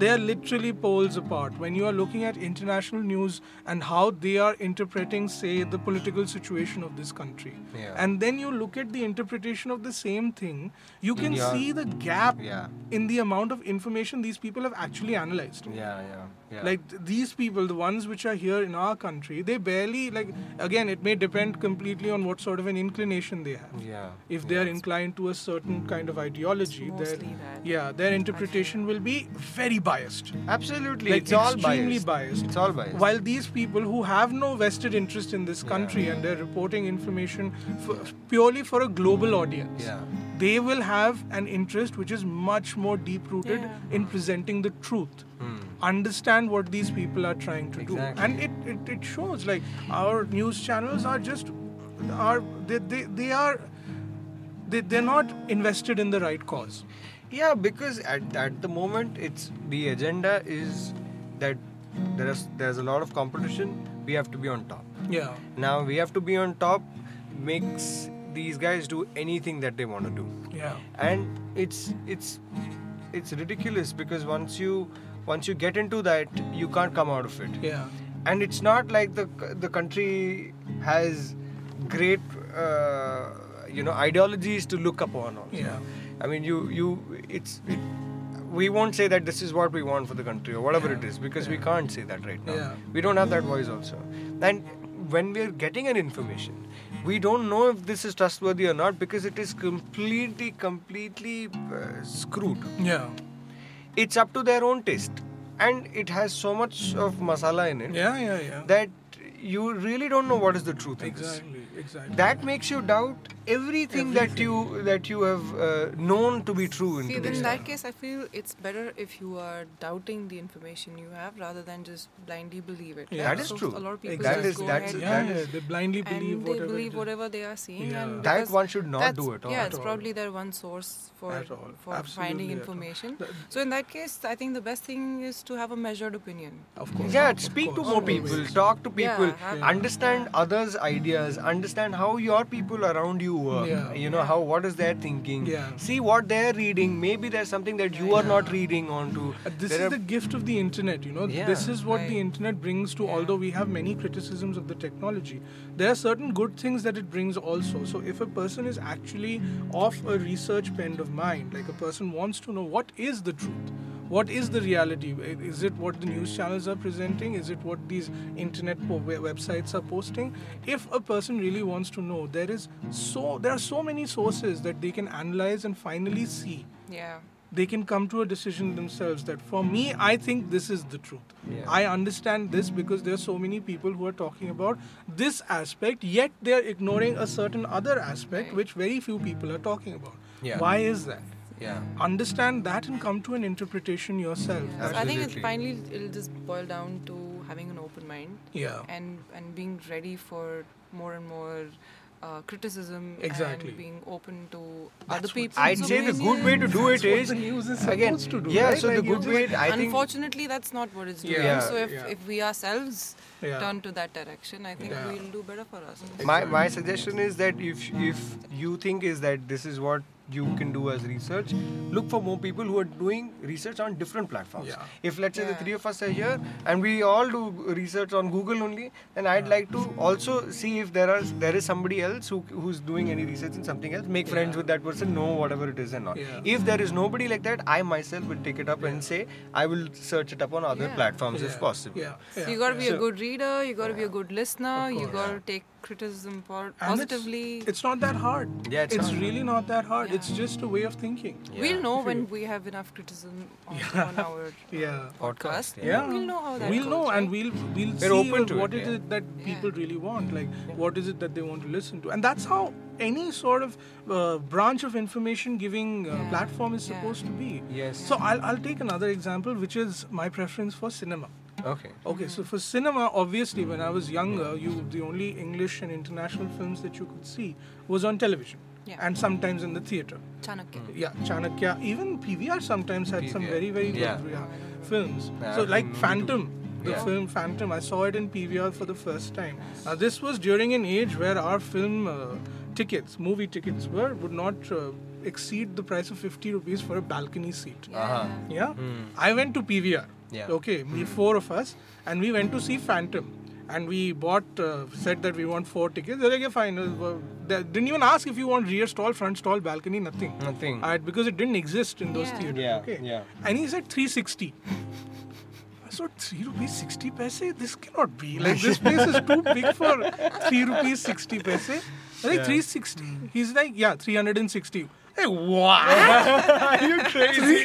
they are literally poles apart. When you are looking at international news and how they are interpreting, say, the political situation of this country, Yeah. and then you look at the interpretation of the same thing, you can your- see the gap Yeah. in the amount of information these people have actually analyzed. Yeah, yeah, yeah. Like th- these people, the ones which are here in our country, they barely like. Again, it may depend completely on what sort of an inclination they have. yeah. If yeah. they are inclined to a certain kind of ideology, their mostly that. yeah, their interpretation will be very biased. absolutely, like, it's all extremely biased. biased. It's all biased. While these people who have no vested interest in this country and they're reporting information f purely for a global audience, Yeah. they will have an interest which is much more deep rooted Yeah. in presenting the truth. Understand what these people are trying to do, Hmm. Exactly. and it, it it shows. Like our news channels are just are they they, they are. They, they're not invested in the right cause. Yeah, because at, at the moment, it's the agenda is that there is there's a lot of competition. We have to be on top. Yeah. Now we have to be on top makes these guys do anything that they want to do. Yeah. and it's it's it's ridiculous because once you once you get into that you can't come out of it Yeah. and it's not like the the country has great uh, you know ideologies to look upon also. Yeah. i mean you you it's it, we won't say that this is what we want for the country or whatever Yeah. it is because we can't say that right now Yeah. we don't have that voice also and when we are getting an information we don't know if this is trustworthy or not because it is completely completely uh, screwed Yeah. it's up to their own taste and it has so much of masala in it Yeah. Yeah. Yeah. that you really don't know what is the truth in this. exactly. Exactly. that makes you doubt everything, that you that you have uh, known to be true in See, today's in that time. case, I feel it's better if you are doubting the information you have rather than just blindly believe it. Yeah. That is so true. A lot of people Exactly. That just is- go that's- ahead yeah, that yeah, is- they blindly believe and whatever they it believe is. whatever they are seeing. Yeah. And That because one should not that's- do at all. Yeah, At it's all. probably their one source for At all. for Absolutely finding at all. information. Th- So in that case, I think the best thing is to have a measured opinion. Of course. yeah of speak to course, more always. people talk to people Yeah, have- understand others ideas understand how your people around you work Yeah. you know how what is their thinking Yeah. see what they're reading maybe there's something that you are not reading onto Uh, This There is are- the gift of the internet, you know. Yeah. This is what the Right. internet brings to, although we have many criticisms of the technology, there are certain good things that it brings also. So, if a person is actually off a research bend of mind, like a person wants to know what is the truth, what is the reality, I- is it what the news channels are presenting, is it what these internet po- we- websites are posting? If a person really wants to know, there is so there are so many sources that they can analyze and finally see Yeah. they can come to a decision themselves that for me i think this is the truth Yeah. i understand this because there are so many people who are talking about this aspect yet they are ignoring a certain other aspect Right. which very few people are talking about Yeah. why is that yeah understand that and come to an interpretation yourself yeah. So That- I think it's Absolutely. finally it'll just boil down to having an open mind yeah and and being ready for more and more. Uh, criticism Exactly. and being open to That's other what- people's I'd say the good way to do it That's what is the news is again. supposed to do, yeah, right? so the Like, you good just- way. I think Unfortunately, that's not what it's doing. Yeah. So if, Yeah. if we ourselves Yeah. turn to that direction, I think Yeah. we'll do better for ourselves. my, my suggestion is that if if you think is that this is what you can do as research look for more people who are doing research on different platforms Yeah. if let's say the Yeah. three of us are here and we all do research on google only then i'd like to also see if there are there is somebody else who who's doing any research in something else make friends Yeah. with that person know whatever it is and all Yeah. if there is nobody like that i myself will take it up and say i will search it up on other Yeah. platforms if Yeah, possible yeah, yeah, you gotta be So- a good reader. You gotta be a good listener. Of You course. gotta take criticism po- And it's- positively. it's, not that hard Yeah, it's not. really not that hard Yeah. it's just a way of thinking Yeah. We'll know If when you- we have enough criticism on, on our uh, Yeah. Podcast, podcast. yeah. yeah We'll know how that we'll goes, know and right? we'll we'll We're see open to what it, is yeah. it that Yeah. people really want like what is it that they want to listen to and that's how any sort of uh, branch of information giving uh, Yeah. platform is Yeah. supposed to be Yes. so I'll, I'll take another example which is my preference for cinema okay Okay, Mm-hmm. so for cinema, obviously, when I was younger, you the only English and international films that you could see was on television, Yeah. and sometimes in the theater. Chanakya. Yeah, Chanakya, even PVR sometimes had some PVR. very very good Yeah. yeah, films. Yeah, so I've like seen Phantom, the Yeah. film Phantom, I saw it in PVR for the first time. Now this was during an age where our film uh, tickets, movie tickets, were would not. Uh, exceed the price of 50 rupees for a balcony seat. Yeah. Uh-huh. Yeah. I went to PVR. Yeah. Hmm. Okay, we four of us, and we went to see Phantom. And we bought, uh, said that we want four tickets. They're like, yeah, fine. Uh, well, They didn't even ask if you want rear stall, front stall, balcony, nothing. Nothing. I, because it didn't exist in those Yeah. theaters. Yeah, Okay. yeah. And he said 360. I said, 3 rupees 60 paise? This cannot be. Like, this place is too big for 3 rupees 60 paise. Like, 360. He's like, yeah, 360. Hey, what? Are you crazy?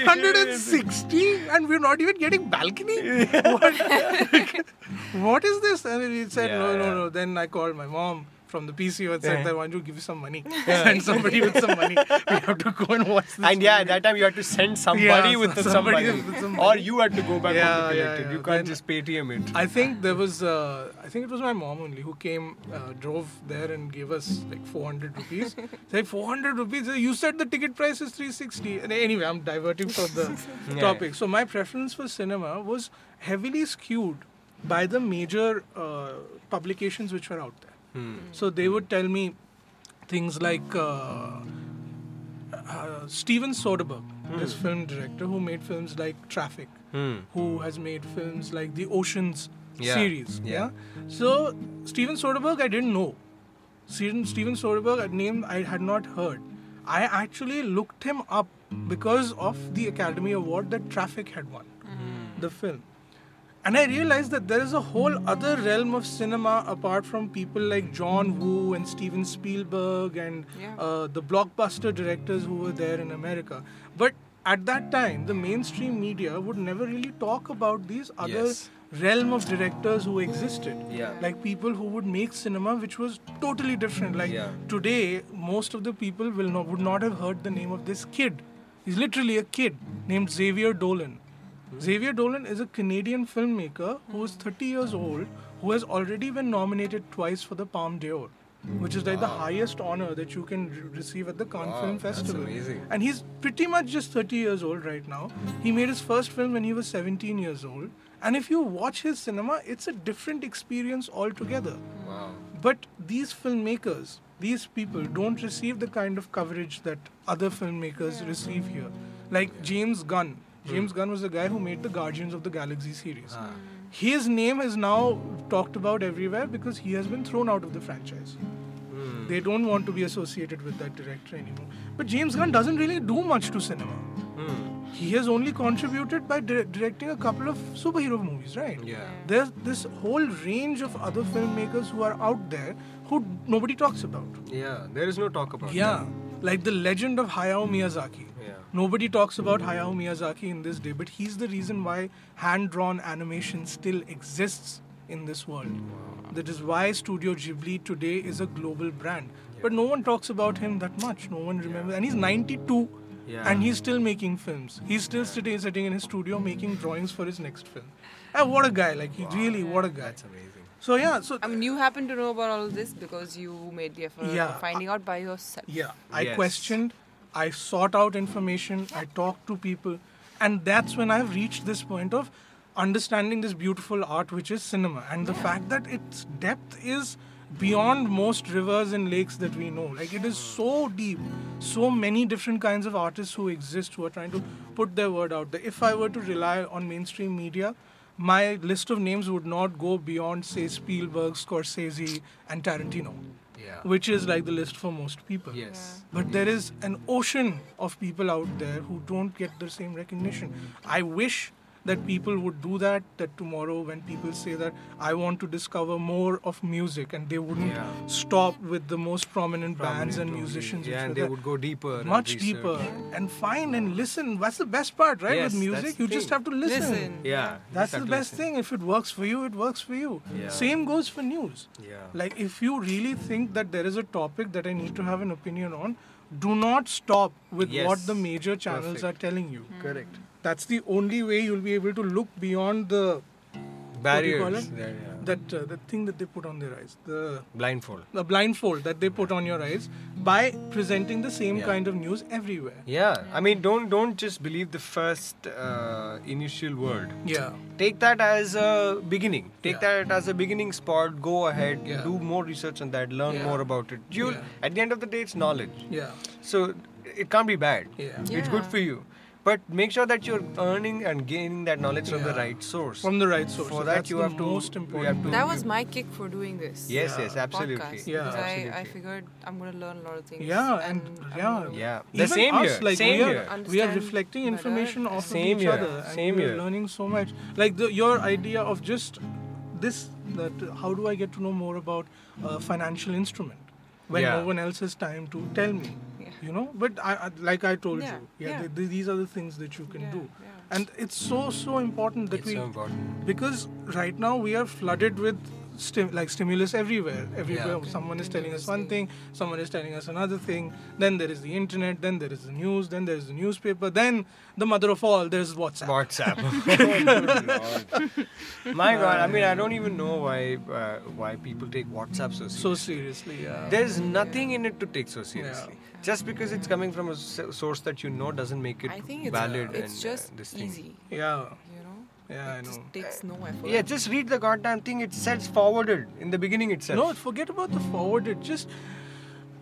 360 and we're not even getting balcony what, what is this and he said Yeah, no no yeah. no then i called my mom from the pco and said Yeah. that why don't you give you some money send somebody with some money we have to go and watch this And yeah, movie. that time you had to send somebody so- with the somebody somebody, with some or money. you had to go back Yeah, home to yeah, collect it. yeah. You can't Then- just Paytm it. I think there was, uh, I think it was my mom only who came, uh, drove there and gave us like 400 rupees. Say 400 rupees. You said the ticket price is 360. And Anyway, I'm diverting from the Yeah. topic. So my preference for cinema was heavily skewed by the major uh, publications which were out there. Hmm. So they would tell me things like uh, uh, Steven Soderbergh, this film director who made films like Traffic, Hmm. who has made films like the Oceans Yeah, series. yeah. Yeah. So Steven Soderbergh, I didn't know. Steven, Steven Soderbergh, a name I had not heard. I actually looked him up because of the Academy Award that Traffic had won, the film. And I realized that there is a whole other realm of cinema apart from people like John Woo and Steven Spielberg and Yeah. uh, the blockbuster directors who were there in America. But at that time, the mainstream media would never really talk about these other Yes. realm of directors who existed. Yeah. Like people who would make cinema which was totally different. Like Yeah. today, most of the people will not would not have heard the name of this kid. He's literally a kid named Xavier Dolan. Xavier Dolan is a Canadian filmmaker who is 30 years old, who has already been nominated twice for the Palme d'Or, which is like the highest honor that you can re- receive at the Cannes Wow, Film that's Festival. amazing. Hmm. And he's pretty much just 30 years old right now. He made his first film when he was 17 years old. And if you watch his cinema, it's a different experience altogether. Wow. But these filmmakers, these people, don't receive the kind of coverage that other filmmakers receive here. Like James Gunn. James Gunn was the guy who made the Guardians of the Galaxy series. Hmm. Ah. His name is now talked about everywhere because he has been thrown out of the franchise. Hmm. They don't want to be associated with that director anymore. But James Gunn doesn't really do much to cinema. Hmm. He has only contributed by dir- directing a couple of superhero movies, right? Yeah. There's this whole range of other filmmakers who are out there who nobody talks about. Yeah. There is no talk about. Yeah, like the legend of Hayao Miyazaki. Yeah. Nobody talks about Hayao Miyazaki in this day, but he's the reason why hand drawn animation still exists in this world. That is why Studio Ghibli today is a global brand. But no one talks about him that much. No one remembers. And he's 92 Yeah. and he's still making films. He's still sitting, sitting in his studio making drawings for his next film. And what a guy. Like, he really, what a guy. That's amazing. So, yeah. So, I mean, you happen to know about all of this because you made the effort Yeah. of finding out by yourself. Yeah, I Yes. questioned, I sought out information, I talked to people, and that's when I've reached this point of understanding this beautiful art, which is cinema, and the fact that its depth is beyond most rivers and lakes that we know. Like, it is so deep, so many different kinds of artists who exist who are trying to put their word out there. If I were to rely on mainstream media, my list of names would not go beyond, say, Spielberg, Scorsese, and Tarantino Yeah. which is like the list for most people. Yes. But there is an ocean of people out there who don't get the same recognition. I wish that people would do that, that tomorrow when people say that I want to discover more of music and they wouldn't Yeah. stop with the most prominent, bands and Prominent musicians. only. which Yeah, were and they there. would go deeper. and much research. deeper and find and listen. That's the best part, right? Yes, with that's music, the you just thing. have to listen. Listen. Yeah. That's just the have to best listen. thing. If it works for you, it works for you. Yeah. Same goes for news. Yeah. Like, if you really think that there is a topic that I need to have an opinion on, do not stop with Yes. what the major channels Perfect. Hmm. are telling you. Correct. That's the only way you'll be able to look beyond the what do you call Barriers. it? There, yeah. that uh, the thing that they put on their eyes, the Blindfold. the blindfold that they put on your eyes by presenting the same Yeah. kind of news everywhere. Yeah. I mean, don't don't just believe the first uh, initial word. Yeah. take that as a beginning take Yeah. that as a beginning spot go ahead Yeah. do more research on that learn Yeah. more about it you will Yeah. at the end of the day it's knowledge Yeah. so it can't be bad. Yeah. It's good Yeah. for you. But make sure that you're earning and gaining that knowledge from the Yeah. right source. From the right source. For So that that's you the have to- most you important. have to- That was my kick for doing this. yes, Yeah. yes, absolutely. Podcast, Yeah. because I, I absolutely. figured I'm gonna learn a lot of things. Yeah, and- I'm yeah. gonna- yeah. The Even same us, here. like same we are, here. we are Understand reflecting better. information off Same of each here, other, and same we are here. learning so much. Like the, your idea of just this, that how do I get to know more about a financial instrument when Yeah. no one else has time to tell me? Yeah. You know, but I, I like I told Yeah, you, yeah, yeah. th- th- these are the things that you can Yeah, do, yeah. and it's so so important that It's we so important. because right now we are flooded with stim- like stimulus everywhere everywhere Yeah. someone is telling us one thing someone is telling us another thing then there is the internet then there is the news then there is the newspaper then the mother of all there is whatsapp WhatsApp. Oh, good Lord. My God, I mean, I don't even know why uh, why people take WhatsApp so seriously. so seriously yeah There's nothing in it to take so seriously. Just because it's coming from a s- source that you know doesn't make it I think it's, valid it's and just uh, this thing. easy, yeah you know? yeah i it just know takes no effort. Yeah, just read the goddamn thing. It says forwarded in the beginning no itself. forget about the forwarded just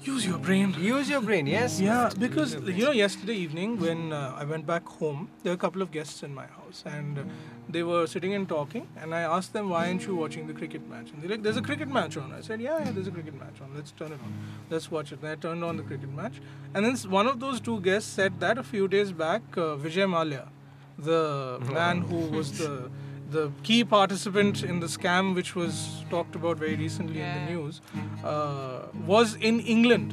use your brain Use your brain, yes? Yeah, because you know, yesterday evening when uh, I went back home, there were a couple of guests in my house, and uh, they were sitting and talking. And I asked them, "Why aren't you watching the cricket match?" And they're like, "There's a cricket match on." I said, "Yeah, yeah, there's a cricket match on. Let's turn it on. Let's watch it." And I turned on the cricket match, and then s- one of those two guests said that a few days back, uh, Vijay Malia, the man who was the the key participant in the scam which was talked about very recently in the news uh, was in England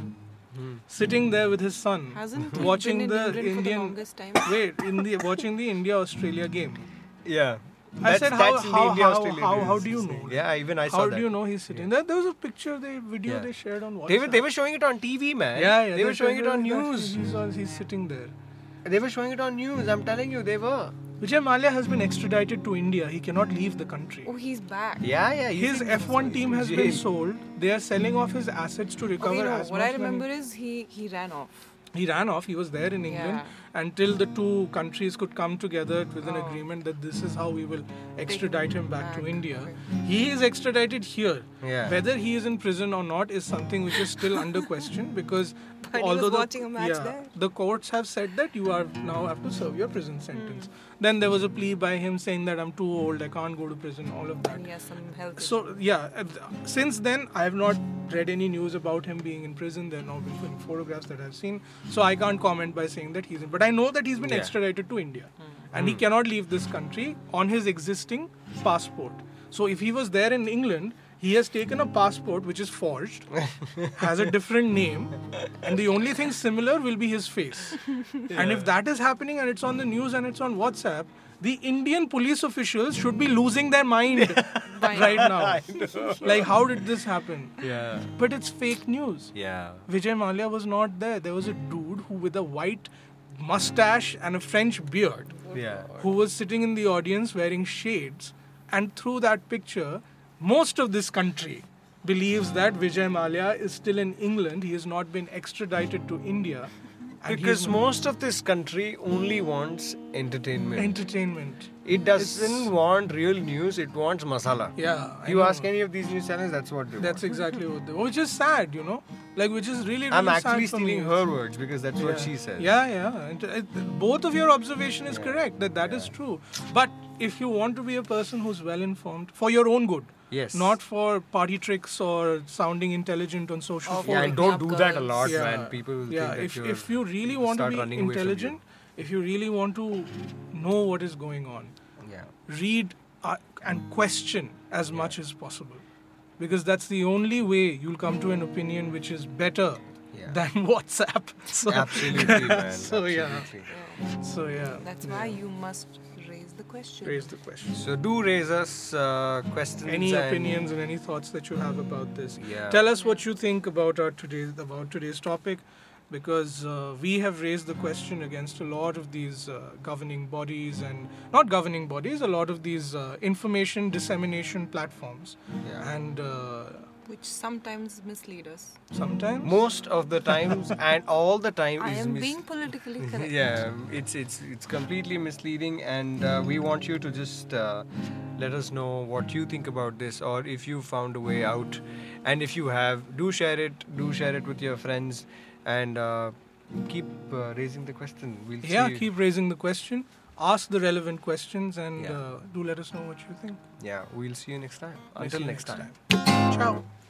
sitting there with his son Hasn't he watching been in England for the the indian longest time? wait in the watching the india australia Hmm. game Yeah. I That's- said, how, that's in the how, India, how, Australia how, how news do you this know? thing. Yeah, even I saw How that. do you know he's sitting there? There was a picture, they video Yeah. they shared on WhatsApp. They were, they were showing it on TV, man. yeah, yeah, They were they're showing it on that news. He's, on, he's sitting there. They were showing it on news. I'm telling you, they were. Vijay Malia has been extradited to India. He cannot leave the country. Oh, he's back. Yeah, yeah. he's His in- F1 he's team in has jail. been sold. They are selling off his assets to recover Okay, no, as Oh, what much I remember money. is he, he ran off. He ran off. He was there in England Yeah. until the two countries could come together with an Oh. agreement that this is how we will extradite him back to back, India. He is extradited here. Yeah. Whether he is in prison or not is something which is still under question because But he was although the, watching a match yeah, there. the courts have said that you are now have to serve your prison sentence. Hmm. Then there was a plea by him saying that I'm too old, I can't go to prison, all of that. And he has some health So yeah, uh, th- since then I have not read any news about him being in prison. There have not been any photographs that I've seen, so I can't comment by saying that he's in. But I know that he's been Yeah. extradited to India, and he cannot leave this country on his existing passport. So if he was there in England. He has taken a passport which is forged, has a different name, and the only thing similar will be his face. And if that is happening and it's on the news and it's on WhatsApp, the Indian police officials should be losing their mind By right now. like, how did this happen? Yeah. But it's fake news. Yeah. Vijay Malia was not there. There was a dude who, with a white mustache and a French beard, Yeah. who was sitting in the audience wearing shades, and through that picture, most of this country believes that Vijay Malia is still in England. He has not been extradited to India. and he's Because not- most of this country only wants entertainment. entertainment. It doesn't want real news, it wants masala. Yeah, I You know. ask any of these news channels, that's what they want. That's exactly what they. Which is sad, you know. Like, which is really. really I'm actually sad for stealing me. her words because that's what Yeah. she says. Yeah, yeah. It, it, both of your observation is correct. That that is true. But if you want to be a person who's well informed for your own good, Yes. not for party tricks or sounding intelligent on social. Oh, forums. Yeah, and don't do that a lot, yeah. man. People will yeah. think that if you're, if you really people want to start be running away from you. intelligent, if you really want to know what is going on, Yeah. read uh, and question as much as possible because that's the only way you'll come to an opinion which is better Yeah. than whatsapp so Absolutely, man. so yeah Absolutely. so yeah That's why you must raise the question. raise the question So do raise us uh, questions. any and- opinions and any thoughts that you have about this Yeah. tell us what you think about our today's about today's topic because uh, we have raised the question against a lot of these uh, governing bodies and not governing bodies a lot of these uh, information dissemination platforms Yeah. and uh, Which sometimes mislead us. sometimes Most of the times and all the time I is am mis- being politically correct. yeah, it's it's it's completely misleading, and uh, we want you to just uh, let us know what you think about this, or if you found a way out, and if you have, do share it, do share it with your friends, and uh, keep uh, raising the question. We'll yeah, see. keep raising the question, ask the relevant questions, and Yeah. uh, do let us know what you think. Yeah, we'll see you next time. We'll Until see you next, time. time. Ciao.